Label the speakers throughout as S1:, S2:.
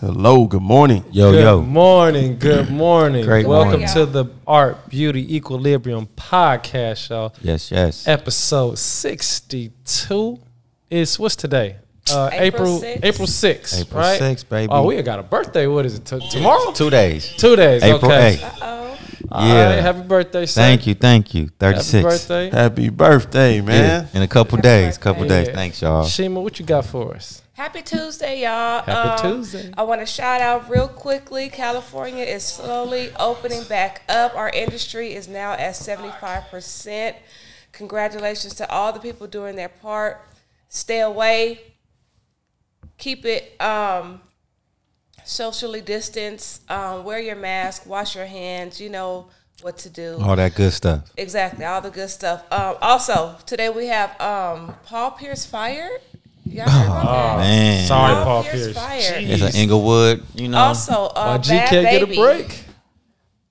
S1: Hello, good morning.
S2: Yo,
S3: good
S2: yo.
S3: morning. Good morning.
S2: Great
S3: Welcome
S2: morning.
S3: to the Art Beauty Equilibrium Podcast, y'all.
S2: Yes, yes.
S3: Episode 62 is what's today? Uh,
S4: April
S3: April
S4: sixth.
S3: April 6th,
S2: April
S3: right?
S2: 6th, baby.
S3: Oh, we got a birthday. What is it? T- tomorrow?
S2: Two days.
S3: Two days.
S2: April
S3: okay.
S2: 8th.
S4: Oh,
S3: All
S2: Yeah.
S3: right, happy birthday, sir.
S2: Thank you, thank you. 36.
S3: Happy birthday.
S1: Happy birthday, man.
S2: Yeah, in a couple
S4: Happy
S2: days,
S4: birthday.
S2: couple days.
S3: Yeah.
S2: Thanks, y'all.
S3: Shima, what you got for us?
S4: happy Tuesday, y'all. Um,
S3: Happy Tuesday.
S4: I want to shout out real quickly California is slowly opening back up. Our industry is now at 75%. Congratulations to all the people doing their part. Stay away, keep it um, socially distanced, um, wear your mask, wash your hands. You know what to do.
S2: All that good stuff.
S4: Exactly, all the good stuff. Um, also, today we have um, Paul Pierce fired. Y'all heard about that?
S2: Man.
S3: Sorry,
S4: Paul
S3: Paul
S4: Pierce
S3: Pierce.
S4: fired.
S3: Jeez.
S2: It's an Inglewood, you know.
S4: Also, uh,
S3: Why G
S4: Bad
S3: can't get a
S4: Baby,
S3: break?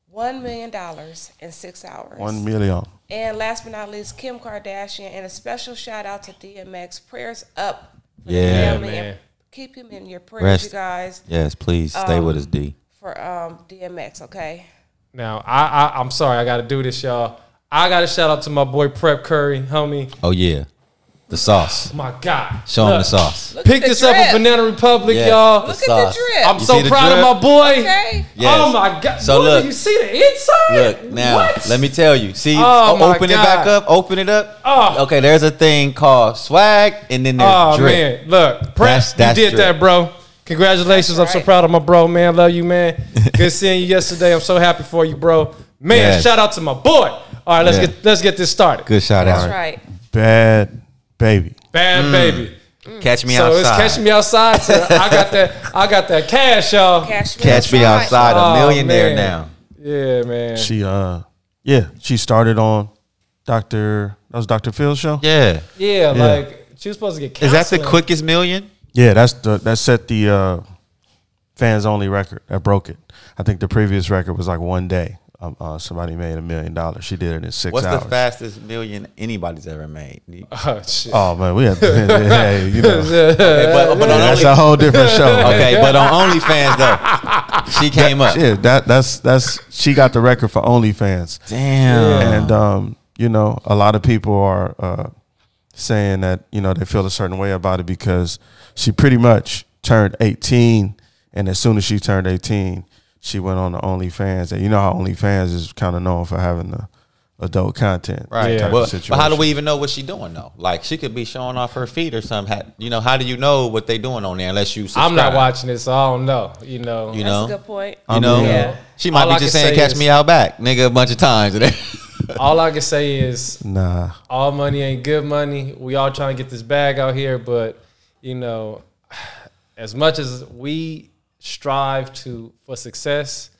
S4: One million dollars in six hours.
S1: One million.
S4: and last but not least, Kim Kardashian, and a special shout out to DMX. Prayers up. for the
S2: Yeah,
S4: family
S3: man.
S4: and Keep him in your prayers,
S2: Rest-
S4: you guys,
S3: Oh.
S2: Yes, please stay with us, D.
S4: for um, DMX. Okay.
S3: Now, I, I, I'm sorry. I got to do this, y'all. I got to shout out to my boy Prep Curry, homie.
S2: Oh, yeah. The sauce.
S3: My God.
S2: Show them the
S3: Look,
S2: sauce.
S4: Look
S3: Pick
S4: at
S3: this
S4: the
S3: up at
S4: drip.
S3: Banana Republic,
S2: Yeah.
S3: y'all.
S4: Look
S2: sauce.
S4: at the drip.
S3: I'm
S2: You
S3: so
S2: see the
S3: proud
S2: drip?
S3: of my boy.
S4: okay.
S2: Yes.
S3: Oh my God!
S2: So
S3: So
S2: look.
S3: look, you see the inside.
S2: Look now,
S3: What?
S2: let me tell you. See,
S3: Oh,
S2: o-
S3: my
S2: open it back
S3: God.
S2: up. Open it up.
S3: Oh.
S2: Okay, there's a thing called swag, and then there's
S3: Oh
S2: drip.
S3: man, look, Prep,
S2: That's- that's
S3: you did
S2: drip.
S3: that, bro. Congratulations!
S4: That's
S3: I'm so
S4: right.
S3: proud of my bro, man. Love you, man. Good seeing you yesterday. I'm so happy for you, bro. Man,
S2: Yes.
S3: shout out to my boy. All right, let's
S2: Yeah.
S3: get let's get this started.
S2: Good shout
S4: That's
S2: out.
S4: right.
S1: Bad baby.
S3: Bad
S2: Mm.
S3: baby.
S2: Catch me
S3: So
S2: outside.
S3: it's catching me outside. so I got that. I got that cash, y'all.
S4: Cash, me
S2: Catch me
S4: outside.
S2: outside.
S3: Oh,
S2: a
S3: man.
S2: millionaire now.
S3: Yeah, man.
S1: She uh yeah, she started on Dr. That was Dr. Phil's show?
S2: Yeah.
S3: Yeah,
S1: Yeah.
S3: like she was supposed to get.
S2: Is
S3: Counseling.
S2: that the quickest million?
S1: Yeah, that's the that set the uh fans only record that broke it. I think the previous record was like one day. Um, uh, somebody made a million dollars. She did it in six
S2: What's
S1: hours.
S2: the fastest million anybody's ever made? Okay,
S3: Oh shit.
S1: Oh man, we had hey, you know,
S2: but, but on
S1: that's
S2: only,
S1: a whole different show.
S2: okay, but on OnlyFans though, she came up.
S1: Yeah, that that's that's she got the record for OnlyFans.
S2: Damn.
S1: and um, you know, a lot of people are uh, saying that you know they feel a certain way about it because she pretty much turned 18, and as soon as she turned 18, she went on the OnlyFans, and you know how OnlyFans is kind of known for having the adult content,
S2: Right.
S3: Yeah.
S1: type of
S2: Well, but
S1: situation.
S2: how do we even know what she doing though? Like she could be showing off her feet or something. How- You know, how do you know what they doing on there unless you? Subscribe?
S3: I'm not watching this, so I don't know. You know.
S2: You
S4: That's
S2: know,
S4: a good point.
S2: you know,
S3: Yeah.
S2: she might
S3: All I
S2: be just
S3: can
S2: saying
S3: say
S2: "catch
S3: is-
S2: me out back, nigga" a bunch of times.
S3: All I can say is
S1: Nah,
S3: all money ain't good money. We all trying to get this bag out here, but you know, as much as we strive to for success,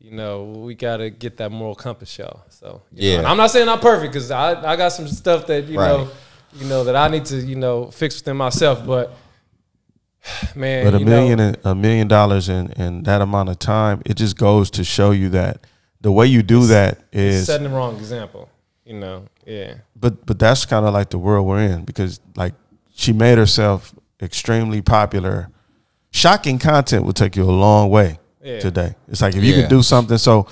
S3: you know, we gotta get that moral compass, y'all. So you know,
S2: Yeah.
S3: and I'm not saying I'm perfect because I, I got some stuff that you
S2: Right.
S3: know, you know that I need to you know fix within myself, but. Man,
S1: but a
S3: you know-
S1: million and a million dollars in in that amount of time, it just goes to show you that the way you do that is
S3: setting the wrong example. You know, yeah.
S1: but but that's kind of like the world we're in because like she made herself extremely popular. Shocking content will take you a long way
S3: Yeah.
S1: today. It's like if you
S2: Yeah.
S1: can do something. So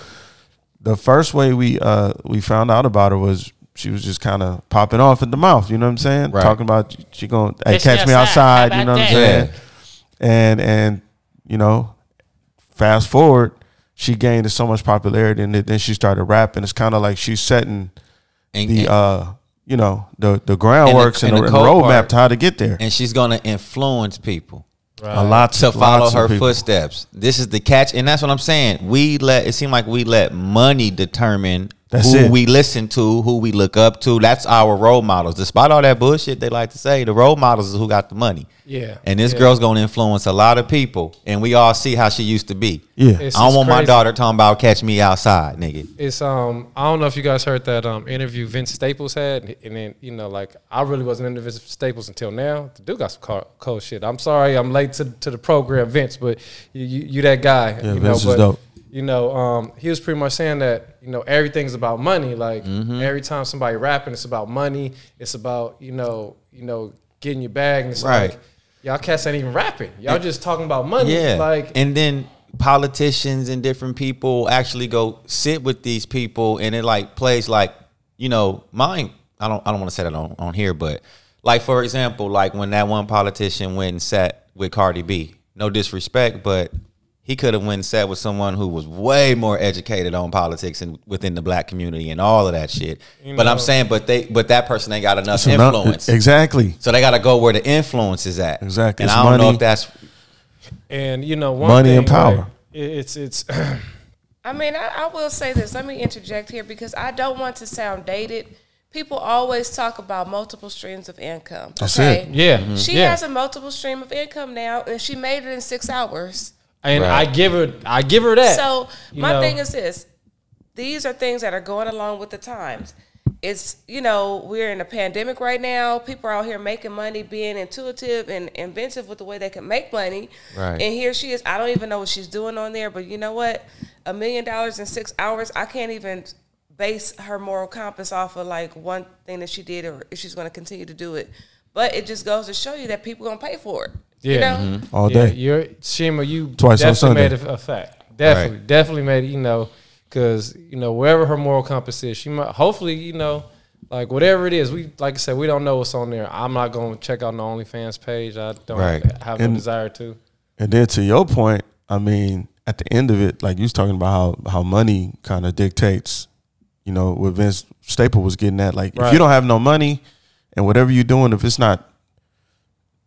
S1: the first way we uh we found out about her was she was just kind of popping off at the mouth. You know what I'm saying?
S2: Right.
S1: Talking about she going hey,
S5: Catch me
S1: catch me outside.
S5: outside. How
S1: You know
S5: about
S1: what I'm saying?
S5: that?
S2: Yeah.
S1: And and you know, fast forward, she gained so much popularity, and then she started rapping. It's kind of like she's setting
S2: and,
S1: the
S2: and-
S1: uh you know the the groundworks and,
S2: and
S1: the,
S2: the
S1: and the
S2: cold
S1: roadmap
S2: part.
S1: to how to get there.
S2: and she's gonna influence people.
S1: a lot
S2: to follow
S1: lots of
S2: her
S1: people.
S2: footsteps. This is the catch, and that's what I'm saying. We let it seem like we let money determine
S1: That's
S2: who
S1: it.
S2: we listen to, who we look up to. That's our role models. Despite all that bullshit they like to say, the role models is who got the money.
S3: Yeah.
S2: and this
S3: Yeah.
S2: girl's gonna influence a lot of people, and we all see how she used to be.
S1: Yeah,
S3: It's-
S2: I don't want my
S3: crazy.
S2: daughter talking about catch me outside, nigga.
S3: It's um I don't know if you guys heard that um interview Vince Staples had and, and then you know like I really wasn't into Vince Staples until now. The dude got some car, cold shit. I'm sorry I'm late to, to the program, Vince, but you you, you that guy.
S1: Yeah,
S3: you
S1: Vince is
S3: but
S1: dope.
S3: you know, um, he was pretty much saying that, you know, everything's about money. Like
S1: Mm-hmm.
S3: every time somebody rapping, it's about money. It's about, you know, you know, getting your bag and it's
S2: Right.
S3: like y'all cats ain't even rapping. Y'all just talking about money.
S2: Yeah.
S3: Like
S2: and then politicians and different people actually go sit with these people and it like plays like, you know, mine I don't I don't want to say that on, on here, but like for example, like when that one politician went and sat with Cardi B. No disrespect, but he could have went and sat with someone who was way more educated on politics and within the black community and all of that shit. but
S3: know.
S2: I'm saying, but they, but that person ain't got enough
S1: So now- e,
S2: influence.
S1: exactly.
S2: So they got to go where the influence is at.
S1: Exactly.
S2: And
S1: It's
S2: I don't know
S1: money.
S2: if that's
S3: and you know, one
S1: Money and
S3: thing, like,
S1: power.
S3: it- it's it's
S4: I mean, I, I will say this. Let me interject here because I don't want to sound dated. People always talk about multiple streams of income.
S1: That's
S4: okay?
S1: it.
S3: yeah.
S4: She
S3: yeah.
S4: has a multiple stream of income now, and she made it in six hours.
S3: and
S2: Right.
S3: I give her I give her that.
S4: So
S3: you
S4: my
S3: know.
S4: thing is this: these are things that are going along with the times. It's you know we're in a pandemic right now. People are out here making money, being intuitive and inventive with the way they can make money.
S2: Right.
S4: And here she is. I don't even know what she's doing on there, but you know what? A million dollars in six hours. I can't even base her moral compass off of like one thing that she did, or if she's going to continue to do it. But it just goes to show you that people gonna pay for it. You
S3: Yeah. Mm-hmm.
S4: know?
S1: Mm-hmm. All
S3: Yeah,
S1: day.
S3: you're Shima. You
S1: Twice on
S3: definitely
S1: Sunday.
S3: made a, a fact. Definitely, definitely made it, you know, because you know wherever her moral compass is, she might. Hopefully, you know, like whatever it is, we like I said, we don't know what's on there. I'm not going to check out the OnlyFans page. I don't
S2: Right.
S3: have
S1: And-
S3: no desire to.
S1: And then to your point, I mean, at the end of it, like you was talking about how how money kind of dictates, you know, what Vince Staple was getting at. Like if
S3: Right.
S1: you don't have no money and whatever you're doing, if it's not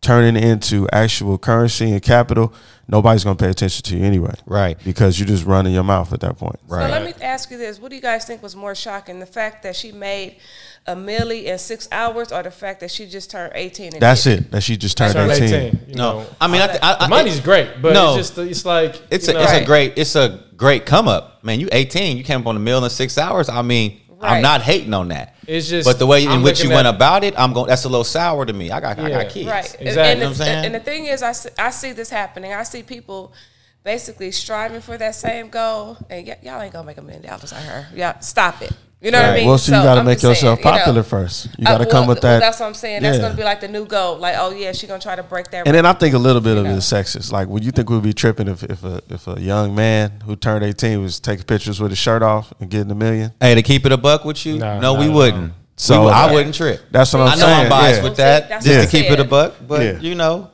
S1: turning into actual currency and capital, nobody's gonna pay attention to you anyway.
S2: right.
S1: Because you're just running your mouth at that point.
S4: So
S2: Right.
S4: let me ask you this: What do you guys think was more shocking, the fact that she made a milli in six hours, or the fact that she just turned eighteen? And
S1: That's
S4: did
S1: it. That she just turned
S3: Turn
S1: 18.
S3: 18. You
S2: No,
S3: know,
S2: I mean, I, th- I, I,
S3: The money's great, but
S2: no.
S3: it's just it's like
S2: It's
S3: you
S2: a, it's
S3: know,
S2: a great it's a great come up, man. You 18, you came up on the mill in six hours. I mean, I'm
S4: Right.
S2: not hating on that.
S3: It's just-
S2: but the way in
S3: I'm
S2: which you
S3: looking
S2: went
S3: at-
S2: about it, I'm going. That's a little sour to me. I got I
S3: Yeah.
S2: got kids.
S4: Right.
S3: Exactly.
S4: And-
S3: You
S4: And,
S3: know
S4: the,
S2: what I'm saying?
S4: and the thing is, I see, I see this happening. I see people basically striving for that same goal, and y- y'all ain't gonna make a million dollars on her. Yeah, stop it. You know what I
S2: Right.
S4: mean?
S1: Well, so, you got to
S4: I'm
S1: make
S4: just saying,
S1: yourself
S4: you know,
S1: popular first. You
S4: uh,
S1: got to come
S4: well,
S1: with
S4: well,
S1: that.
S4: that's what I'm saying. That's
S1: Yeah.
S4: gonna be like the new goal. Like, oh yeah, she gonna try to break that.
S1: And then I think a little bit of
S4: know.
S1: it is sexist. Like, would you think we'd be tripping if, if a if a young man who turned eighteen was taking pictures with his shirt off and getting a million?
S2: Hey, to keep it a buck with you,
S3: Nah,
S2: no,
S3: nah,
S2: we
S3: nah.
S2: wouldn't. So
S1: So- uh,
S2: I wouldn't trip.
S1: That's what I'm
S2: I know
S1: saying.
S2: I'm biased
S1: yeah.
S2: with that.
S4: That's
S2: just
S4: what
S2: to
S4: I
S2: keep it a
S4: said.
S2: buck, but
S1: Yeah.
S2: you know,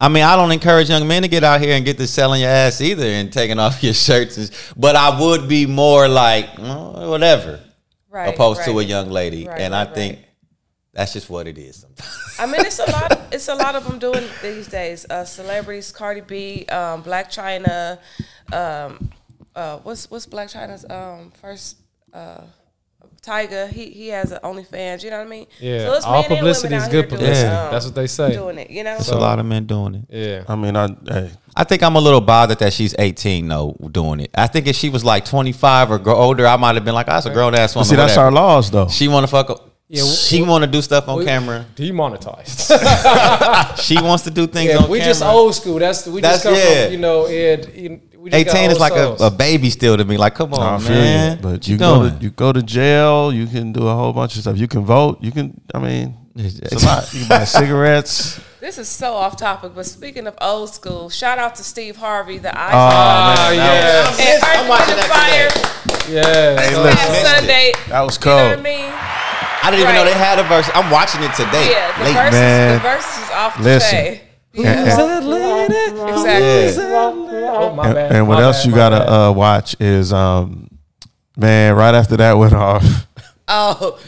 S2: I mean, I don't encourage young men to get out here and get to selling your ass either and taking off your shirts. And, but I would be more like "Mm, whatever,
S4: right,
S2: opposed to a
S4: right.
S2: young lady,
S4: Right,
S2: and
S4: right,
S2: I think
S4: right.
S2: that's just what it is. Sometimes.
S4: I mean, it's a lot. It's a lot of them doing these days. Uh, celebrities, Cardi B, um, Black China. Um, uh, what's what's Black China's um, first? Uh, Tiger. He he has an OnlyFans. You know what I mean?
S3: Yeah,
S4: it's
S3: all
S4: men and women
S3: publicity is
S4: out here
S3: good
S4: doing,
S3: publicity.
S4: um,
S3: That's what they say.
S4: Doing it, you know.
S2: It's a lot of men doing it.
S3: Yeah,
S1: I mean, I hey,
S2: I think I'm a little bothered that she's 18 though doing it. I think if she was like 25 or gr- older, I might have been like, oh, "That's a grown ass woman."
S1: see, that's
S2: whatever."
S1: our laws though.
S2: She want to fuck. Up.
S3: Yeah, w-
S2: she want to do stuff on
S3: We-
S2: camera.
S3: Demonetized.
S2: She wants to do things
S3: yeah,
S2: on
S3: we
S2: camera.
S3: just old school. That's we
S2: That's-
S3: just come
S2: yeah.
S3: from you know. And, and we just got
S2: 18 is
S3: old
S2: like a,
S3: souls.
S2: a baby still to me. Like, come
S1: I
S2: on,
S1: feel you.
S2: man.
S1: but
S2: What
S1: you go
S2: doing?
S1: to you go to jail. You can do a whole bunch of stuff. You can vote. You can. I mean, it's a lot. You can buy cigarettes.
S4: This is so off topic, but speaking of old school, shout out to Steve Harvey, the
S1: Oh,
S4: icon.
S3: Ah,
S2: that
S3: yeah,
S4: and Earth,
S2: I'm watching
S4: Wind and
S2: that
S4: Fire
S3: yeah.
S2: Hey,
S3: So-
S2: look.
S4: last
S2: Missed it.
S4: Sunday.
S1: That was
S4: You know what I
S1: cold.
S3: Oh.
S4: mean?
S2: I didn't even know
S4: Right.
S2: they had a verse. I'm watching it today.
S4: Yeah, the
S2: Late.
S4: verses,
S1: Man.
S4: the verses off
S1: Listen.
S4: today.
S1: And- and-
S4: Exactly.
S2: Yeah.
S3: Oh, my
S1: And,
S3: bad,
S1: and what
S3: my
S1: else
S3: bad,
S1: you
S3: my
S1: gotta
S3: bad.
S1: uh, watch is, um, man. Right after that went off,
S4: Oh,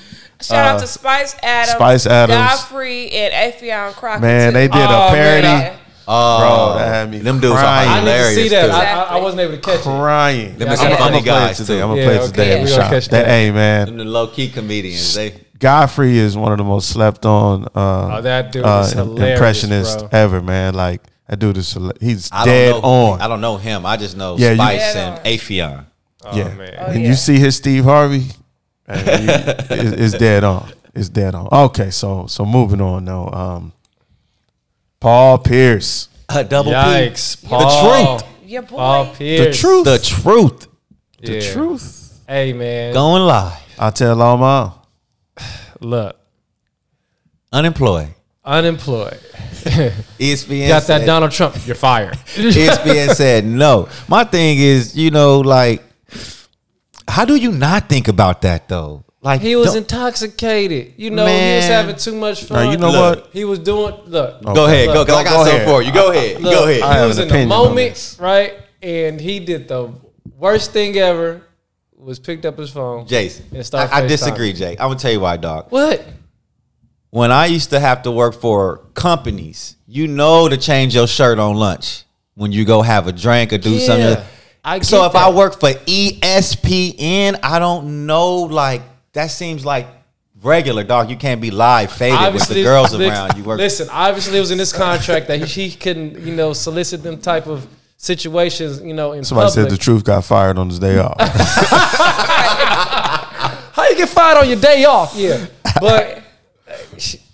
S4: shout out to Spice Adams,
S1: Uh, Spice Adams.
S4: Godfrey, and Afion Crockett.
S1: man. They
S4: too.
S1: did
S3: Oh,
S1: a
S3: man,
S1: parody,
S4: Yeah.
S2: Oh,
S1: Bro, that had me
S2: them dudes
S1: crying.
S2: are
S3: I need to
S2: hilarious.
S3: see that.
S2: too.
S3: I, I, I
S4: Exactly.
S3: wasn't able to catch it.
S1: crying.
S2: Them
S1: I'm
S2: is
S3: some
S1: gonna
S2: funny
S1: I'm gonna play it
S2: guys,
S1: today.
S2: too.
S1: I'm gonna
S3: Yeah,
S1: play it today
S3: okay.
S1: in
S3: We
S1: the
S3: gonna
S1: shop.
S3: catch
S1: That
S3: that.
S1: hey man.
S2: Them the low key comedians. They
S1: Godfrey is one of the most slept on uh,
S3: Oh, that dude
S1: uh,
S3: is
S1: im-
S3: hilarious,
S1: impressionist
S3: bro.
S1: ever, man. Like that dude is hila- he's
S2: I
S1: dead
S2: don't know,
S1: on.
S2: I don't know him. I just know
S1: Yeah, you-
S2: Spice
S4: Dead
S2: and
S4: on.
S2: Afion.
S1: yeah,
S3: man. Oh,
S1: when
S4: yeah.
S1: you see his Steve Harvey, hey, you- it- it's dead on. It's dead on. Okay, so so moving on now. Um, Paul Pierce,
S2: A double
S3: Yikes,
S2: The
S3: Paul.
S2: truth.
S4: Your boy.
S3: All
S2: The
S3: peers.
S2: truth. The truth.
S1: The
S3: Yeah.
S1: truth.
S3: Hey man,
S2: Going live.
S1: I tell all mine.
S3: look,
S2: Unemployed.
S3: unemployed.
S2: ESPN
S3: Got that
S2: said- E
S3: Donald Trump. You're fired.
S2: ESPN said no. My thing is, you know, like, how do you not think about that though? Like
S3: He was
S2: don't-
S3: intoxicated. You know, he was
S2: Man.
S3: having too much fun.
S1: you know
S2: Look.
S1: what?
S3: He was doing. Look,
S2: Go ahead,
S3: Look,
S2: go. 'cause
S1: go-
S2: I got
S1: go
S2: something
S1: ahead.
S2: for you. Go ahead,
S3: look,
S2: go ahead.
S1: I
S3: He
S1: have
S3: was
S1: an
S3: in the
S1: opinion on
S3: moment,
S1: this.
S3: right? And he did the worst thing ever. Was picked up his phone.
S2: Jason,
S3: And start
S2: I, I
S3: FaceTiming.
S2: disagree, Jake. I'm gonna tell you why, dog.
S3: What?
S2: When I used to have to work for companies, you know to change your shirt on lunch when you go have a drink or do
S3: Yeah,
S2: something.
S3: I
S2: so
S3: get
S2: if I
S3: that.
S2: work for E ESPN, I don't know. Like that seems like regular, dog. You can't be live faded with the girls
S3: li-
S2: around. You work.
S3: Listen, obviously it was in this contract that he, he couldn't, you know, solicit them type of situations, you know, in
S1: Somebody
S3: public.
S1: said the truth got fired on his day off.
S3: How you get fired on your day off? Yeah, but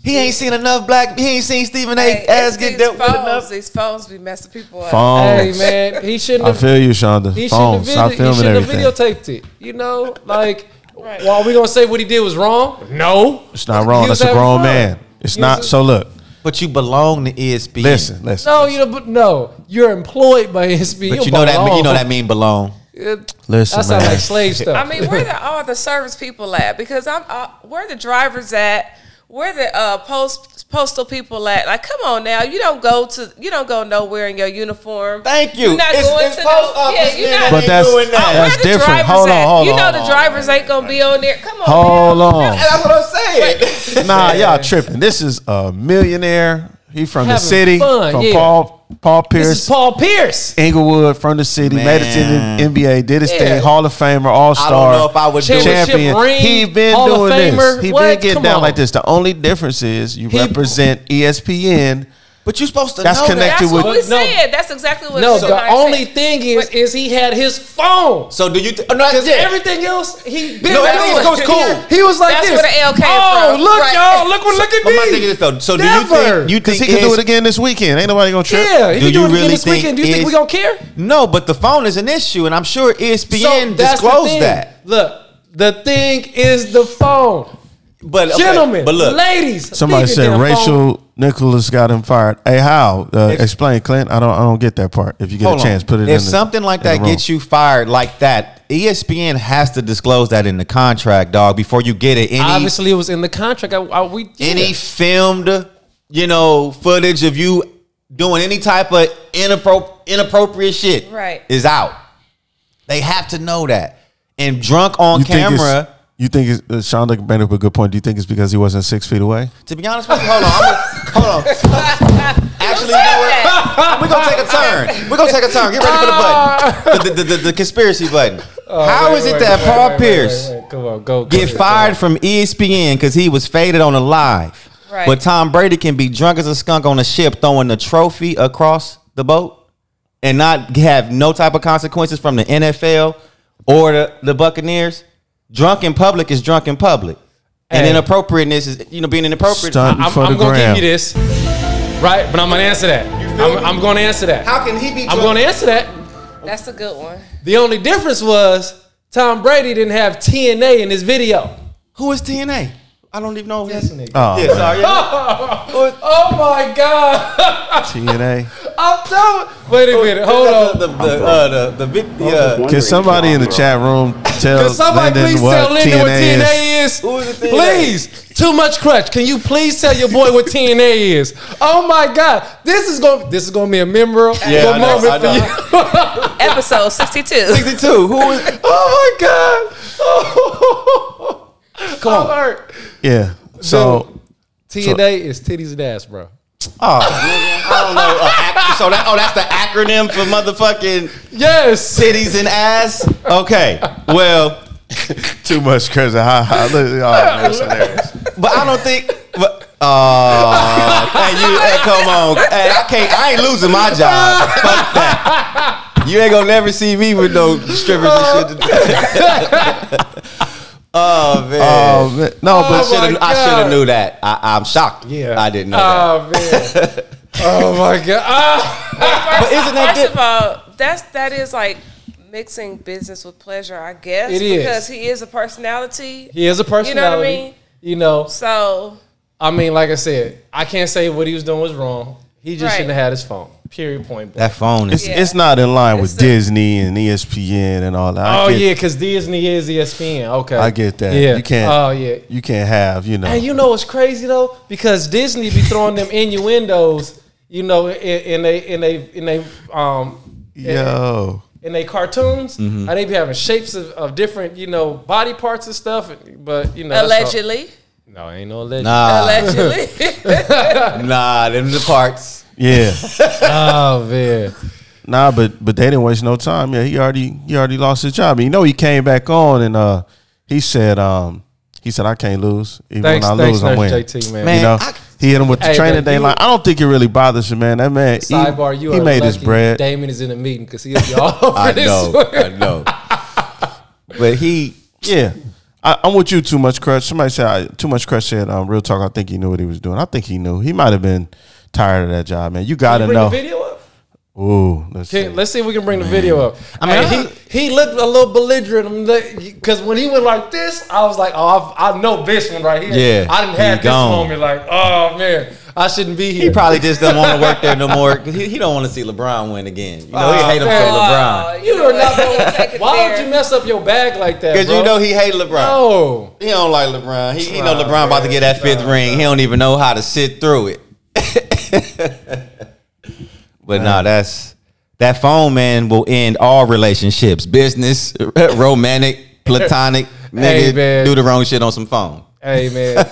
S2: He ain't seen enough black. He ain't seen Stephen A.
S4: Hey,
S2: ass
S4: it's
S2: get
S4: these
S2: dealt with
S4: phones,
S2: enough.
S4: these phones be messing people up.
S3: hey
S1: Phones.
S3: man, he shouldn't
S1: Oh. I
S3: have.
S1: feel you, Shonda.
S3: He shouldn't
S1: Phones.
S3: have,
S1: Stop
S3: vid- he
S1: filming
S3: shouldn't have
S1: everything.
S3: videotaped it. You know, like, while we gonna say what he did was wrong? No,
S1: It's not wrong.
S3: He was
S1: That's a
S3: having
S1: grown
S3: fun.
S1: man. It's
S3: He
S1: not.
S3: was-
S1: so look,
S2: But you belong to E ESPN.
S1: listen, listen.
S3: No, you know, but no, you're employed by ESPN.
S2: but you know that. mean- You know that mean belong.
S3: that.
S1: listen,
S3: That sounds
S1: man.
S3: like slave stuff.
S4: I mean, where the, all the service people at? Because I'm uh, where the drivers at? Where the uh, post postal people at? Like, come on now, you don't go to you don't go nowhere in your uniform.
S2: Thank you.
S4: You're not
S2: It's-
S4: going
S2: it's
S4: to
S2: post
S4: no,
S2: office,
S4: Yeah, you're
S2: man.
S4: not. Oh,
S2: But
S4: Where
S1: but that's
S2: doing that.
S1: that's
S4: the
S1: different.
S4: drivers
S1: Hold
S4: at?
S1: on, hold
S4: you
S1: on.
S4: know
S1: hold
S4: the
S1: on.
S4: drivers ain't gonna be on there. Come on.
S1: Hold
S4: now.
S1: on.
S2: That's what I'm saying.
S1: Nah, y'all tripping. This is a millionaire. He from the
S3: Having
S1: city.
S3: fun,
S1: from
S3: yeah.
S1: Paul Paul
S3: This is
S1: Pierce.
S3: Paul Pierce.
S1: Inglewood from the city, made it
S2: Man.
S1: to the NBA, did his
S3: Yeah.
S1: thing, Hall of Famer, All
S2: I don't
S1: Star,
S2: know if I would do it.
S3: Championship
S1: champion.
S3: ring,
S1: he been
S3: Hall of
S1: doing
S3: Famer.
S1: this. He
S3: What?
S1: been getting
S3: Come
S1: down
S3: on.
S1: like this. The only difference is you
S3: He-
S1: represent E ESPN.
S2: But you're supposed to
S1: That's
S2: know that.
S1: connected.
S4: That's what
S1: with-
S4: we
S3: No.
S4: said. That's exactly what.
S3: No,
S4: it
S3: the
S4: was.
S3: only thing is,
S4: But-
S3: is he had his phone.
S2: So do you? Th- oh, no, that's
S3: Because
S2: it.
S3: everything else, he been
S2: No,
S3: doing.
S2: everything else goes cool.
S3: He, was like
S4: That's
S3: this.
S4: where the L came
S3: oh,
S4: from.
S3: look,
S4: Right.
S3: y'all, look what, look at
S2: But
S3: me.
S2: oh, my thing is though. So do
S3: Never.
S2: you think
S1: Because
S2: you
S1: he
S2: think
S1: can do
S3: E
S2: ES
S1: it again this weekend. Ain't nobody gonna trip.
S3: yeah, he
S2: Do
S3: can
S2: you
S3: do it
S2: really
S3: again this
S2: think
S3: weekend. Do you think
S2: is-
S3: we gonna care?
S2: No, but the phone is an issue, and I'm sure E ESPN disclosed that.
S3: Look, the thing is the phone.
S2: But okay,
S3: Gentlemen,
S2: but look,
S3: ladies,
S1: Somebody
S3: leave your
S1: said
S3: damn phone.
S1: Rachel Nicholas got him fired. Hey, how? Uh, explain, Clint. I don't. I don't get that part. If you get
S2: hold
S1: a
S2: on.
S1: chance, put it
S2: If
S1: in. the-
S2: something like
S1: in the
S2: that
S1: room.
S2: gets you fired like that, E ESPN has to disclose that in the contract, dog, before you get it. Any
S3: Obviously, it was in the contract. I, I, we yeah.
S2: any filmed, you know, footage of you doing any type of inappro- inappropriate shit
S4: Right.
S2: is out. They have to know that. And drunk on
S1: You think it's-
S2: camera,
S1: You think it's, uh, Shonda made up a good point? Do you think it's because he wasn't six feet away?
S2: to be honest with you, hold on, I'm gonna- hold on. Actually, you know what? We're gonna take a turn. We're gonna take a turn. Get ready for the button, the, the, the, the conspiracy button. How
S3: Oh, Wait,
S2: is
S3: wait,
S2: it that
S3: wait,
S2: Paul
S3: wait, wait,
S2: Pierce?
S3: wait, wait, Come on, go. go
S2: get
S3: go.
S2: fired from E ESPN because he was faded on a live.
S4: Right.
S2: But Tom Brady can be drunk as a skunk on a ship throwing the trophy across the boat and not have no type of consequences from the NFL or the, the Buccaneers. Drunk in public is drunk in public. And
S3: Hey.
S2: inappropriateness is, you know, being inappropriate.
S1: Stunt.
S3: I'm,
S1: for the
S3: I'm gonna
S1: gram.
S3: give you this, right? But I'm gonna answer that. I'm, I'm gonna answer that.
S2: How can he be
S3: I'm
S2: drunk?
S3: gonna answer that.
S4: That's a good one.
S3: The only difference was Tom Brady didn't have TNA in his video.
S2: Who is TNA? I don't even know. who that-
S1: Oh,
S2: Yeah, sorry. Yeah.
S3: Oh my God!
S1: TNA.
S3: I'm telling. Wait
S2: Oh,
S3: a minute. Hold on.
S2: The, the, the, uh, the, the, vid- the, uh,
S1: Can somebody in the chat room tell
S3: Can somebody
S1: Lyndon
S3: please
S1: what
S3: tell Linda what
S1: TNA is?
S3: TNA is?
S2: Who is the TNA?
S3: Please, too much crutch. Can you please tell your boy what TNA is? Oh my God, this is going. This is going to be a memorable
S2: Yeah, I know,
S3: moment
S2: I
S3: for
S2: know.
S3: you.
S4: Episode sixty-two.
S2: 62. Who is.
S3: Oh my God. Oh. Come on.
S1: Yeah. So
S3: TNA is titties and ass, bro.
S2: I don't know. uh, ac- so that oh, that's the acronym for motherfucking
S3: Yes.
S2: titties and ass. Okay, well,
S1: too much crazy. Ha ha. Look, oh, man, it's hilarious.
S2: but I don't think. But, uh, hey, you hey, come on. Hey, I can't. I ain't losing my job. Fuck that. You ain't gonna never see me with no strippers and shit. oh man.
S1: Oh, man. No,
S2: I
S1: but
S3: Oh, my
S2: should have. I should have
S3: God.
S2: knew that. I, I'm shocked.
S3: Yeah. Uh,
S2: I didn't know
S3: Oh
S2: that.
S3: man. oh my God. Ah.
S2: But isn't that
S4: First
S2: good?
S4: of all, that's that is like mixing business with pleasure, I guess.
S3: It is.
S4: because he is a personality.
S3: He is a
S4: You know what I
S3: personality.
S4: mean?
S3: You know,
S4: So
S3: I mean, like I said, I can't say what he was doing was wrong. He just
S4: Right.
S3: shouldn't have had his phone. Period. Point. Blank.
S2: That phone is
S1: It's,
S4: Yeah.
S1: it's not in line with
S4: It's the-
S1: Disney and E ESPN and all that. I
S3: Oh
S1: get,
S3: yeah, because Disney is E ESPN. Okay,
S1: I get that.
S3: Yeah.
S1: You can't-
S3: Oh yeah.
S1: you can't have you know.
S3: And you know what's crazy though, because Disney be throwing them innuendos, you know, in, in they in they in they um
S1: yo,
S3: in they cartoons,
S1: Mm-hmm.
S3: and they be having shapes of, of different, you know, body parts and stuff. But you know, that's all-
S4: allegedly,
S3: no, ain't no alleged.
S2: nah,
S4: allegedly,
S2: nah. Them the parts.
S1: yeah,
S3: Oh man,
S1: nah, but but they didn't waste no time. Yeah, he already he already lost his job. And you know, he came back on and uh, he said um, he said I can't lose. Even
S3: thanks,
S1: when I
S3: thanks,
S1: lose, I'm
S3: Nurse
S1: winning.
S3: JT, man.
S2: Man,
S1: You know,
S2: I-
S1: he hit him with the
S3: Hey,
S1: training
S3: but
S1: day
S3: you-
S1: line. I don't think it really bothers him, man. That man, he-
S3: Sidebar, you
S1: he,
S3: are
S1: made his
S3: lucky
S1: bread.
S3: Damon is in a meeting because he'll be all over
S2: I
S3: this.
S2: know,
S3: one.
S2: I know. But he,
S1: Yeah. I, I'm with you too much crush. Somebody said I, too much crush said um, real talk. I think he knew what he was doing. I think he knew. He might have been tired of that job, man. You
S3: Can
S1: gotta
S3: you bring the
S1: know.
S3: video up?
S1: Ooh, let's
S3: Can-
S1: see.
S3: let's see if we can bring the video up. I
S2: I
S3: mean,
S2: mean,
S3: he, he looked a little belligerent because when he went like this, I was like, oh, I've, I know this one right here.
S2: Yeah,
S3: I didn't
S2: he
S3: have this
S2: gone.
S3: moment. Like, oh man, I shouldn't be here.
S2: he probably just don't want to work there no more. 'cause He, he don't want to see LeBron win again. You know,
S3: Oh,
S2: he hate him
S3: man.
S2: for LeBron
S4: Oh, you
S3: you are not
S4: going to take
S3: going.
S4: it
S3: Why would
S4: there.
S3: you mess up your bag like that?
S2: because
S3: Because
S2: you know he hate LeBron.
S3: no.
S2: He don't like LeBron. He, he know
S3: Nah,
S2: LeBron about to get that fifth ring. He don't even know how to sit through it. but nah, that's that phone man will end all relationships, business, romantic, platonic.
S3: Hey,
S2: Nigga,
S3: man.
S2: do the wrong shit on some phone.
S3: Hey man,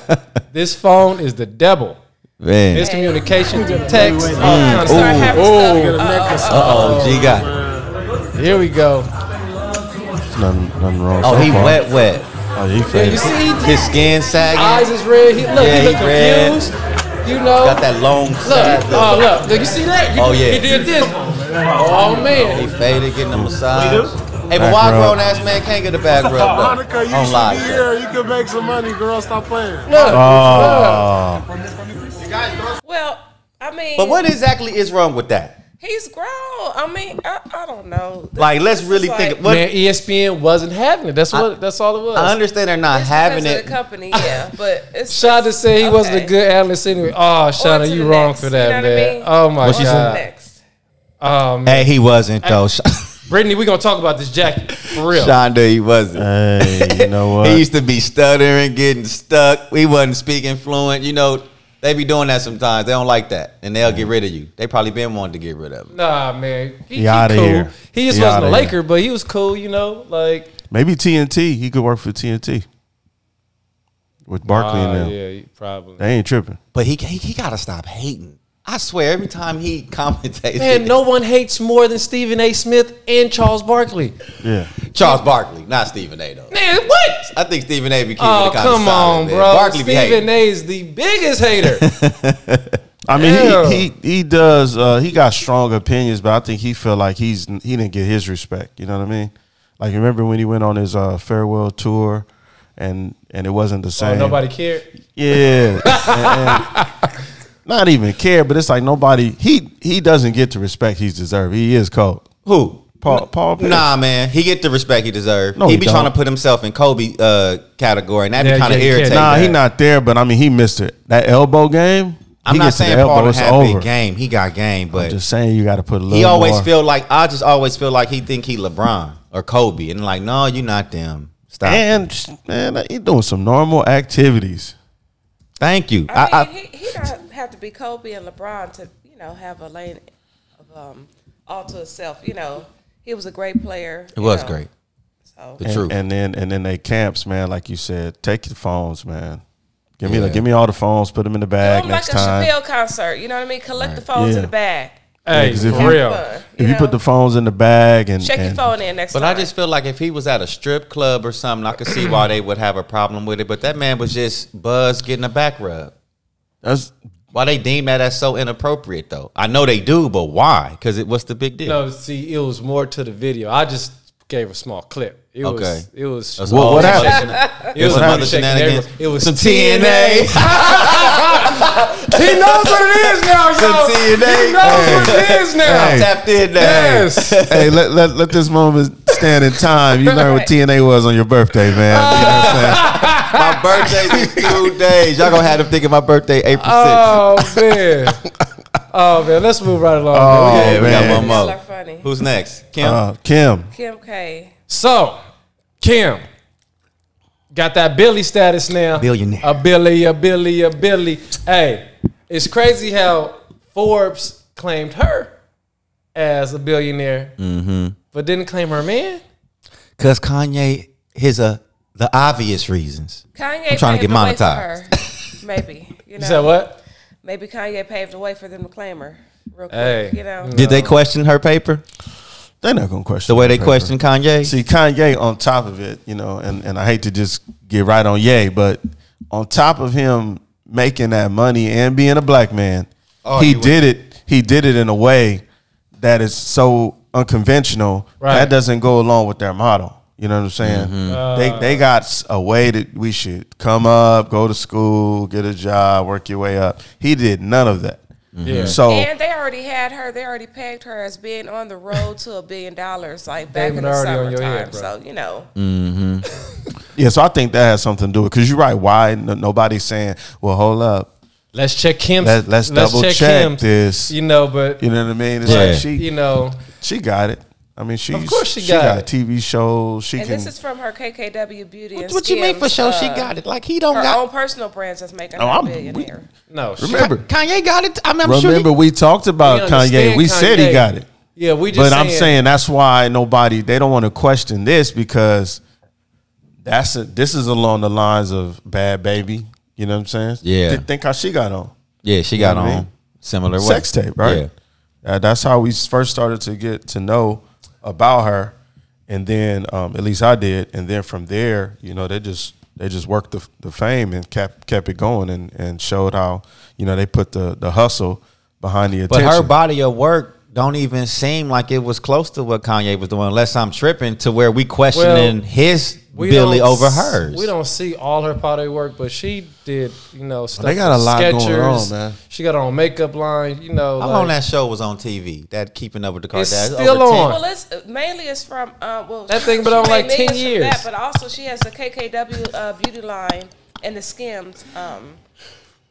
S3: this phone is the devil.
S2: Man.
S3: It's communication, text,
S4: Oh,
S3: uh, all
S2: Mm,
S3: kinds of
S4: Start
S3: stuff.
S4: having
S3: Ooh.
S4: stuff. Uh-oh.
S2: Uh oh, G got.
S3: Here we go.
S1: There's nothing, nothing wrong.
S2: Oh,
S1: so
S2: he
S1: far.
S2: wet, wet.
S1: Oh, he
S3: Yeah,
S1: faded.
S3: you see, he-
S2: His skin sagging.
S3: eyes is red. He look,
S2: Yeah,
S3: he
S2: he
S3: look
S2: red.
S3: confused. You know,
S2: Got that long.
S3: Look,
S2: sag.
S3: oh look, look, you see that? You,
S2: Oh, yeah.
S3: he did this. Oh
S2: He
S3: man,
S2: faded, getting a massage. Hey, but
S1: Back
S2: why a
S1: rub.
S2: grown ass man can't get a back rub though?
S5: Hanukkah, you
S2: On
S5: should
S2: live,
S5: be
S2: though.
S5: here. You could make some money, girl. Stop playing.
S3: look, look.
S1: Oh,
S4: Well, I mean,
S2: But what exactly is wrong with that?
S4: he's grown. I mean, I, I don't know. This-
S2: Like, let's
S4: this
S2: really
S4: is
S2: think.
S4: like-
S2: What,
S3: man, E ESPN wasn't having it. That's what. that's all it was.
S2: I understand they're not
S4: it's
S2: having
S4: because of
S2: it.
S4: the company, yeah, but it's
S3: Shada said he wasn't a
S4: okay.
S3: good analyst anyway. Oh,
S4: On
S3: Shada,
S4: to
S3: you
S4: the
S3: wrong
S4: next,
S3: for that,
S4: you know what I
S3: man.
S4: mean?
S3: Oh my
S4: On to the
S3: god.
S4: next.
S3: Oh man,
S2: Hey, he wasn't though.
S3: Brittany, we gonna talk about this jacket for real.
S2: Shonda, he wasn't.
S1: hey, Uh, you know what?
S2: he used to be stuttering, getting stuck. He wasn't speaking fluent. You know, they be doing that sometimes. They don't like that, and they'll get rid of you. They probably been wanting to get rid of him.
S3: Nah, man, he, he
S1: outta
S3: cool.
S1: here.
S3: He just
S1: He
S3: wasn't
S1: outta
S3: a
S1: here.
S3: Laker, but he was cool. You know, like
S1: Maybe TNT. He could work for TNT with Barkley
S3: Ah,
S1: and them.
S3: yeah, he probably.
S1: They ain't tripping.
S2: But he he, he gotta stop hating. I swear, every time he commentates,
S3: Man, no one hates more than Stephen A. Smith and Charles Barkley.
S1: Yeah,
S2: Charles Barkley, not Stephen A. Though.
S3: Man, what?
S2: I think Stephen A. be keeping
S3: Oh
S2: it kind
S3: come
S2: of solid,
S3: on,
S2: man.
S3: bro!
S2: Barkley be hating.
S3: Stephen A. is the biggest hater.
S1: I
S3: Yeah.
S1: mean, he, he he does. Uh, he got strong opinions, but I think he felt like he's he didn't get his respect. You know what I mean? Like remember when he went on his uh, farewell tour, and and it wasn't the
S3: oh,
S1: same.
S3: nobody cared.
S1: Yeah. And- and not even care, but it's like nobody. He he doesn't get the respect he's deserved. He is cold.
S2: Who?
S1: Paul Paul. Pierce.
S2: Nah, man, he get the respect he deserve.
S1: No,
S2: he,
S1: he
S2: be
S1: don't.
S2: trying to put himself in Kobe uh, category, and that
S3: Yeah,
S2: be kind
S3: yeah,
S2: of
S3: you can't-
S2: irritating.
S1: Nah, he
S3: that.
S1: not there. But I mean, he missed it. That elbow game.
S2: I'm
S1: he
S2: not
S1: gets to the
S2: saying Paul
S1: it's
S2: didn't have big game. He got game, but
S1: Just saying, you got to put a little.
S2: he always
S1: more.
S2: feel like I just always feel like he think he LeBron or Kobe, and like, no, you not them. Stop.
S1: And man, he doing some normal activities.
S2: Thank you. I,
S4: I
S2: I,
S4: mean, he, he don't have to be Kobe and LeBron to you know have a lane of um, all to himself. You know, he was a great player.
S2: it was great.
S4: So
S2: The
S1: And,
S2: truth.
S1: and then and then they camps, man. Like you said, take your phones, man. Give me the,
S2: Yeah.
S1: give me all the phones. Put them in the bag
S4: Doing
S1: next
S4: like a
S1: time.
S4: Chappelle concert. You know what I mean? Collect the phones
S1: Yeah.
S4: in the bag.
S3: Hey,
S1: 'cause if
S3: for
S1: you-
S3: real.
S4: Fun,
S1: if you
S4: know?
S1: put the phones in the bag and
S4: check your
S1: and-
S4: phone in next
S2: But
S4: time.
S2: I just feel like if he was at a strip club or something, I could see why they would have a problem with it. But that man was just buzz getting a back rub.
S1: that's
S2: Why they deem that as so inappropriate though? I know they do, but why? Because it what's the big deal?
S3: No, see, it was more to the video. I just gave a small clip. It
S2: Okay.
S3: was. It was.
S2: That's
S1: What-
S2: all
S1: what
S2: some
S1: happened?
S2: other shena-
S3: It was
S2: some
S3: more
S2: other
S3: shaking
S2: shenanigans.
S3: everyone. It was
S2: Some
S3: TNA.
S2: TNA.
S3: He knows what it is now, y'all. He
S2: TNA.
S3: knows what it is now.
S1: Hey.
S2: Tapped in now.
S3: Yes.
S1: hey, let, let let this moment stand in time. You learned what TNA was on your birthday, man. You know
S4: Uh.
S1: what I'm saying?
S2: My birthday's in two days. Y'all gonna have them thinking my birthday April 6th.
S3: Oh man. Oh man. Let's move right along.
S1: Oh,
S3: man.
S2: yeah, we got
S1: man.
S2: one
S4: Y'all are
S2: more.
S4: funny.
S2: Who's next? Kim?
S1: Uh, Kim.
S4: Kim K.
S3: So, Kim got that Billy status now.
S2: Billionaire.
S3: A Billy, a Billy, a Billy. Hey, it's crazy how Forbes claimed her as a billionaire,
S1: Mm-hmm.
S3: but didn't claim her man.
S2: Cause Kanye, his uh the obvious reasons.
S4: Kanye.
S2: I'm trying to
S4: paved
S2: get
S4: the way for
S2: monetized.
S4: her. Maybe you
S3: You said
S4: know.
S3: what?
S4: Maybe Kanye paved the way for them to claim her. Real quick,
S3: Hey.
S4: you know.
S2: Did they question her paper?
S1: They're not gonna question
S2: The way
S1: that
S2: they
S1: paper.
S2: questioned Kanye?
S1: See, Kanye on top of it, you know, and, and I hate to just get right on Ye, but on top of him making that money and being a black man, he did it. He did it in a way that is so unconventional.
S3: Right.
S1: That doesn't go along with their model. You know what I'm saying? they they got s- a way that we should come up, go to school, get a job, work your way up. He did none of that.
S3: Yeah.
S1: So
S4: And they already had her. They already pegged her as being on the road to a billion dollars, like back in
S3: Damon
S4: the
S3: already on
S4: summertime.
S3: your head, bro.
S4: so you know,
S1: yeah, so I think that has something to do with because you're right. Why no, nobody's saying, well, hold up.
S3: Let's check Kim's.
S1: Let- let's double check this.
S3: You know, but
S1: You know what I mean? It's
S2: Yeah.
S1: like she
S3: you know,
S1: she got it. I mean, she's,
S3: Of course she got it.
S1: TV shows. She
S4: and
S1: can.
S4: this is from her KKW Beauty. and
S2: What you mean for
S4: Skims,
S2: sure she
S4: uh,
S2: got it? Like he don't
S4: Her
S2: got
S4: own personal brands that's making
S1: Oh,
S4: her
S1: I'm-
S4: a billionaire.
S3: no. she-
S1: remember,
S2: Kanye got it. I'm, I'm sure.
S1: remember,
S2: He,
S1: we talked about Kanye.
S3: understand
S1: We said he
S3: Kanye.
S1: got it,
S3: Yeah, we just.
S1: but I'm saying that's why nobody they don't want to question this because that's a, this is along the lines of bad baby. You know what I'm saying?
S2: Yeah.
S1: Th- think how she got on
S2: yeah, she got
S1: You know what I
S2: on
S1: mean?
S2: similar way.
S1: sex tape, right?
S2: Yeah.
S1: Uh, that's how we first started to get to know about her, and then um, at least I did, and then from there, you know, they just they just worked the, the fame and kept kept it going and, and showed how you know they put the the hustle behind the
S2: But
S1: attention.
S2: her body of work don't even seem like it was close to what Kanye was doing, unless I'm tripping to where we questioning
S3: Well,
S2: his
S3: we
S2: Billy
S3: don't
S2: over
S3: s-
S2: hers.
S3: We don't see all her pottery work, but she did, you know, stuff.
S1: they got a
S3: with
S1: lot going
S3: Skechers.
S1: on, man.
S3: She got her own makeup line, you know.
S2: How
S3: like-
S2: long that show was on TV? That Keeping Up with the
S3: It's
S2: Kardashians.
S3: still
S2: over 10.
S3: on.
S4: Well, it's mainly it's from uh, well
S3: That
S4: she-
S3: thing been
S4: she
S3: on,
S4: made
S3: like, 10
S4: millions from
S3: years.
S4: that, but also she has the KKW uh, beauty line and the Skims um,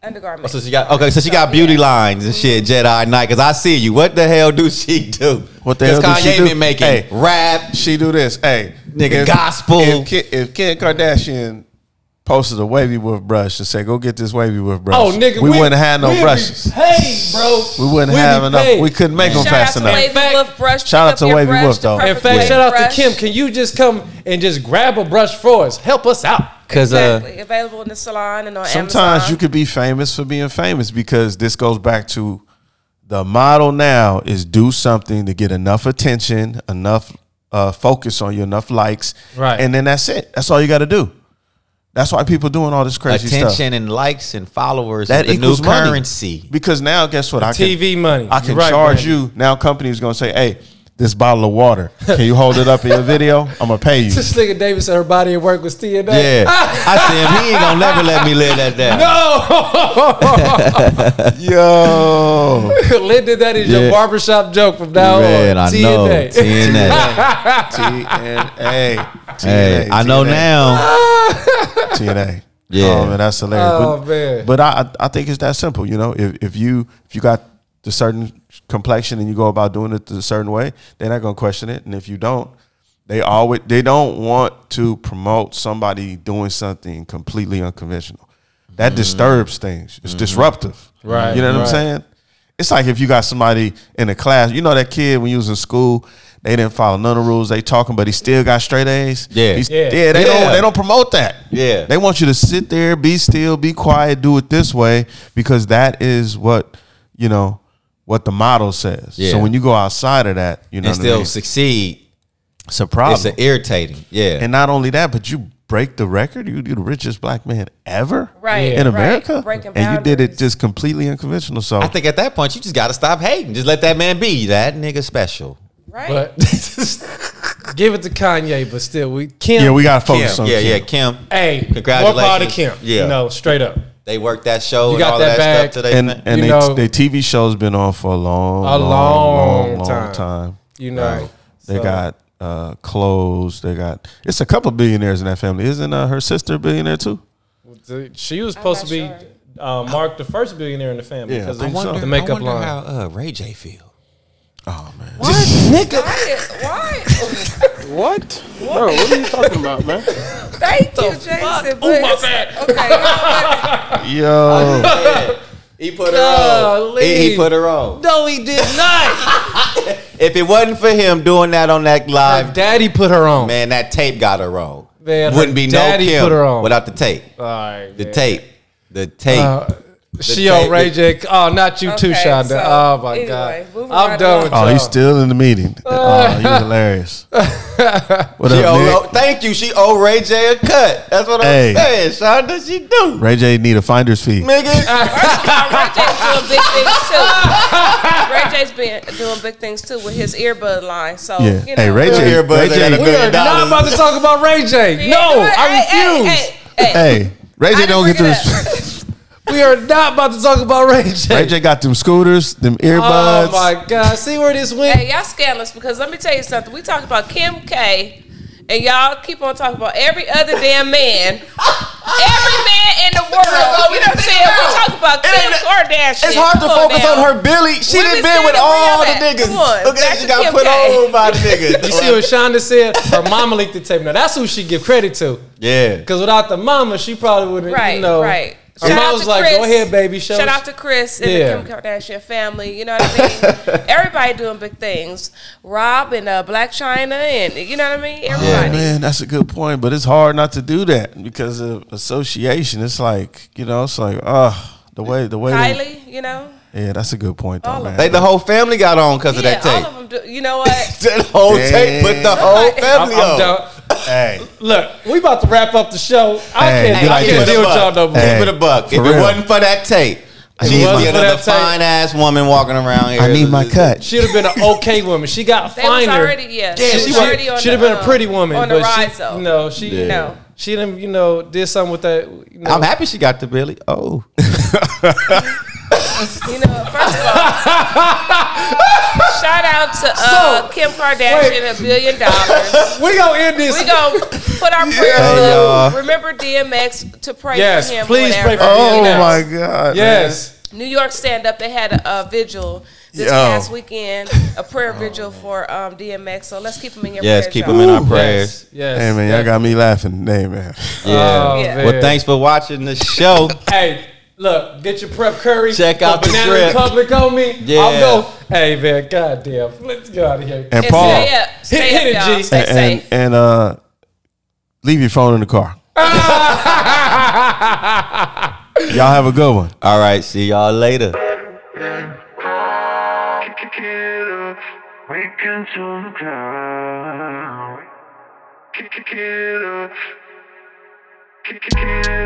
S4: undergarment.
S2: Oh, So she got okay. So she got beauty lines and shit, Jedi Knight. Because I see you. What the hell do she do?
S1: What the
S2: 'Cause
S1: hell do she
S2: Kanye
S1: do?
S2: been making
S1: Hey.
S2: rap.
S1: she do this, hey
S2: Nigga, gospel.
S1: If, Ki- if Kim Kardashian posted a wavy woof brush and said, "Go get this wavy woof brush,"
S3: Oh, nigga,
S1: we, wouldn't have no
S3: we'd be
S1: brushes.
S3: Paid, bro.
S1: We wouldn't
S3: We'd
S1: have
S3: be
S1: enough.
S3: paid.
S1: We couldn't make them
S4: Shout out
S1: fast
S4: to
S1: enough.
S4: Wavy
S3: In fact-
S4: Wolf Brush.
S1: Shout
S4: Pick
S1: out to
S4: up your
S1: Wavy
S4: brush,
S1: Wolf,
S4: the
S1: though. In
S3: In
S4: perfect
S3: fact,
S4: wavy
S3: shout out
S4: brush.
S3: to Kim. Can you just come and just grab a brush for us? Help us out.
S2: Because
S4: Exactly. Available in the salon and on
S1: sometimes
S4: Amazon.
S1: you could be famous for being famous because this goes back to the model now is do something to get enough attention, enough uh, focus on you, enough likes,
S3: Right.
S1: And then that's it. That's all you got to do. That's why people doing all this
S2: uh,
S1: crazy
S2: attention
S1: stuff.
S2: and likes and followers
S1: That
S2: is the new
S1: equals money.
S2: currency.
S1: Because now, guess what? I can,
S3: TV money.
S1: I can
S3: You're right,
S1: charge
S3: Brandon.
S1: you. Now, company's gonna say, "Hey, this bottle of water. Can you hold it up in your video? I'm gonna pay you."
S3: This nigga Davis and her body of work was TNA.
S2: Yeah, I see him. He ain't gonna never let me live that down.
S3: Oh,
S1: Yo,
S3: Lynn did that is
S2: Yeah.
S3: your barbershop joke from now
S2: Man,
S3: on.
S2: I
S3: TNA.
S2: know TNA.
S1: TNA.
S2: hey, I know
S1: TNA.
S2: now.
S1: TNA.
S2: Yeah.
S1: oh, man, that's hilarious.
S3: Oh,
S1: but,
S3: man.
S1: but I I think it's that simple. You know, if if you if you got the certain complexion and you go about doing it a certain way, they're not gonna question it. And if you don't, they always they don't want to promote somebody doing something completely unconventional.
S2: Mm.
S1: That disturbs things.
S2: Mm-hmm.
S1: It's disruptive.
S3: Right,
S1: You know what
S3: right.
S1: I'm saying? It's like if you got somebody in a class, you know that kid when you was in school, they didn't follow none of the rules. They talking, but he still got straight A's.
S2: Yeah.
S1: He's-
S3: Yeah.
S1: yeah. They
S2: Yeah.
S1: don't they don't promote that.
S2: Yeah.
S1: They want you to sit there, be still, be quiet, do it this way because that is what, you know, what the model says.
S2: Yeah.
S1: So when you go outside of that, you know,
S2: And
S1: what I
S2: still
S1: mean?
S2: succeed.
S1: it's a
S2: It's
S1: problem.
S2: a irritating. Yeah.
S1: and not only that, but you break the record. You, you're the richest black man ever
S4: Right,
S1: in
S4: right.
S1: America.
S4: Breaking
S1: and you did it
S4: boundaries.
S1: just completely unconventional. So
S2: I think at that point you just gotta stop hating. Just let that man be. That nigga special.
S4: right?
S3: But give it to Kanye, but still, we Kim.
S1: yeah, we got to
S2: Kim.
S1: focus on
S2: Oh, yeah,
S1: Kim.
S2: yeah, Kim.
S3: Hey,
S2: Congratulations.
S3: More power to Kim.
S2: Yeah.
S3: You know, straight up.
S2: They work that show
S3: You
S2: and
S3: got
S2: all
S3: that
S2: that,
S3: bag.
S2: stuff today.
S1: And
S2: man.
S1: and
S3: You
S1: they,
S3: know-
S1: they TV show's been on for a long,
S3: A long
S1: long, long, long
S3: time.
S1: time.
S3: You know,
S2: Right.
S1: They
S3: So,
S1: got uh, clothes. They got it's a couple billionaires in that family. Isn't uh, her sister a billionaire too?
S3: the- She was supposed
S4: not
S3: to be
S4: sure.
S3: uh, Mark, the first billionaire in the family,
S1: Yeah,
S3: because
S1: I
S3: of
S1: wonder-
S3: the makeup line.
S2: how uh, Ray J feel.
S1: Oh man,
S4: What? Nigga. Why? Why?
S5: What? Bro, what are you talking about, man?
S4: Thank you, Jason. Oh, my bad. Okay. y'all,
S1: yo,
S2: He put her on. He,
S3: Golly.
S2: he put her on.
S3: No, he did not.
S2: If it wasn't for him doing that on that live,
S3: Daddy put her on.
S2: man, that tape got her on.
S3: Man, her
S2: Wouldn't be
S3: daddy
S2: no Kim
S3: put her on.
S2: without the tape.
S3: All right,
S2: The
S3: man.
S2: tape. The tape.
S3: Uh, she
S2: tape-
S3: on Ray J. Oh, not you too,
S4: Okay,
S3: Shonda.
S4: so,
S3: oh my
S4: anyway,
S3: God, I'm
S4: moving right
S3: done with
S1: oh,
S3: y'all.
S1: he's still in the meeting. Oh, you hilarious. What
S2: she
S1: up,
S2: owe-
S1: Nick?
S2: oh, thank you. She owe Ray J a cut. That's what
S1: Hey.
S2: I'm saying. Shonda, she do.
S1: Ray J need a finder's fee.
S2: Nigga.
S4: Ray J's doing big things too. Ray J's been doing big things too with his earbud line. So
S1: Yeah.
S4: you know,
S1: Hey, Ray J.
S2: Your earbuds
S1: Ray
S2: ain't
S1: J.
S2: a good-
S3: We are not
S2: dollars.
S3: about to talk about Ray J. No, I refuse.
S4: Hey, hey, hey, hey.
S1: Hey, Ray J.
S4: didn't
S1: Don't get
S4: bring
S1: them.
S4: it
S3: We are not about to talk about Ray J.
S1: Ray J. Got them scooters, them earbuds.
S3: Oh my God! See where this went?
S4: Hey, y'all scandalous because let me tell you something. We talked about Kim K, and y'all keep on talking about every other damn man. every man in the world. You know what I'm saying? We talk about
S2: It
S4: Kim
S2: ain't-
S4: Kardashian.
S2: It's hard to
S4: Come
S2: focus
S4: now.
S2: on her Billy. She
S4: Where
S2: done
S4: we
S2: been
S4: seen
S2: with
S4: the
S2: all the
S4: real at?
S2: niggas.
S4: Come on,
S2: Look
S4: back
S2: at she
S4: to
S2: got
S4: Kim
S2: put
S4: K.
S2: on by the niggas.
S3: You see what Shonda said? Her mama leaked the tape. Now that's who she give credit to.
S2: Yeah.
S3: Because without the mama, she probably wouldn't.
S4: Right,
S3: You know,
S4: right.
S3: Her
S4: Shout out
S3: mom was
S4: to
S3: like, "Go
S4: Chris.
S3: ahead, baby. Show
S4: Shout
S3: us-
S4: out to Chris and
S3: Yeah.
S4: the Kim Kardashian family. You know what I mean? Everybody doing big things. Rob and uh, Black China, and you know what I mean?
S1: Yeah,
S4: Everybody.
S1: man, that's a good point, but it's hard not to do that because of association. It's like you know, it's like ah, the way the way. they-
S4: Kylie, you know?
S1: yeah, that's a good point though,
S4: All
S1: man.
S4: of
S2: They, the whole family got on because of
S4: Yeah,
S2: that
S4: all
S2: tape.
S4: of them do. You know what?
S2: That whole
S1: Damn.
S2: tape put the whole family
S3: I'm
S2: on.
S3: done.
S1: hey,
S3: Look, we about to wrap up the show. I
S1: Hey,
S3: can't,
S1: you
S3: I
S1: like
S3: can't
S1: this?
S3: deal with y'all no more.
S1: Hey.
S2: Keep it a buck.
S1: for
S2: If it
S1: real.
S2: wasn't for that tape, she'd
S3: wasn't
S2: be
S3: for
S2: another
S3: that tape.
S2: fine ass woman walking around here.
S1: I need my cut.
S3: She'd have been an okay woman. She got
S4: They was
S3: finer.
S4: already, yeah.
S2: Yeah,
S4: was
S2: she
S3: She
S2: was-
S4: already on
S3: should have
S4: the,
S3: been a
S4: uh,
S3: pretty woman.
S4: On the
S3: but
S4: rise,
S3: she,
S4: though.
S3: You know, she
S4: No.
S3: she done, you know did something with that. You know.
S2: I'm happy she got the Billy. Oh.
S4: You know, first of all, shout out to uh, Kim Kardashian, a billion dollars.
S3: We gonna end this.
S4: We gonna put our prayers
S1: Hey, y'all.
S4: up. Remember DMX to pray
S3: Yes,
S4: for him.
S3: please
S4: whatever.
S3: pray for
S1: Oh
S3: Yes.
S1: my god.
S3: yes.
S4: New York stand up. They had a, a vigil this
S1: Yo.
S4: past weekend, a prayer vigil for um, DMX. So let's keep him in your
S2: Yes,
S4: prayers.
S2: keep
S4: y'all.
S2: him in our
S1: Ooh.
S2: prayers.
S3: Yes. Oh,
S1: Man. Hey man, y'all got me laughing. Hey man.
S2: Yeah.
S4: Yeah.
S2: Well, thanks for watching the show.
S3: Hey, look, get your prep curry.
S2: Check
S3: put
S2: out the
S3: Banana
S2: drip.
S3: Republic on me.
S2: Yeah.
S3: I'll go. Hey man, goddamn, let's get out of here.
S1: And
S4: And
S1: Paul.
S4: stay up. Stay
S3: hit it,
S4: up, y'all.
S3: G.
S4: Stay
S1: and,
S4: safe.
S1: and uh, leave your phone in the car. Y'all have a good one.
S2: All right. See y'all later.
S6: kick it off. We can turn the ground. Kick it off. Kick it